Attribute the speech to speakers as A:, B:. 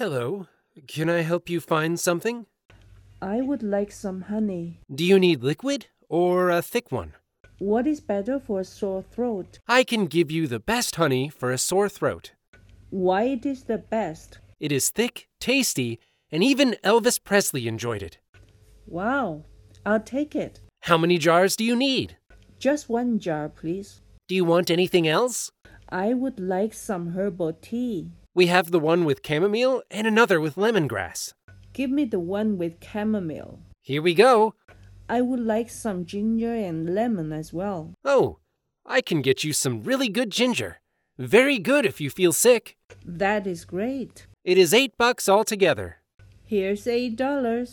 A: Hello. Can I help you find something?
B: I would like some honey.
A: Do you need liquid or a thick one?
B: What is better for a sore throat?
A: I can give you the best honey for a sore throat.
B: Why it is the best?
A: It is thick, tasty, and even Elvis Presley enjoyed it.
B: Wow, I'll take it.
A: How many jars do you need?
B: Just one jar, please.
A: Do you want anything else?
B: I would like some herbal tea.
A: We have the one with chamomile and another with lemongrass.
B: Give me the one with chamomile.
A: Here we go.
B: I would like some ginger and lemon as well.
A: Oh, I can get you some really good ginger. Very good if you feel sick.
B: That is great.
A: It is eight bucks altogether.
B: Here's eight dollars.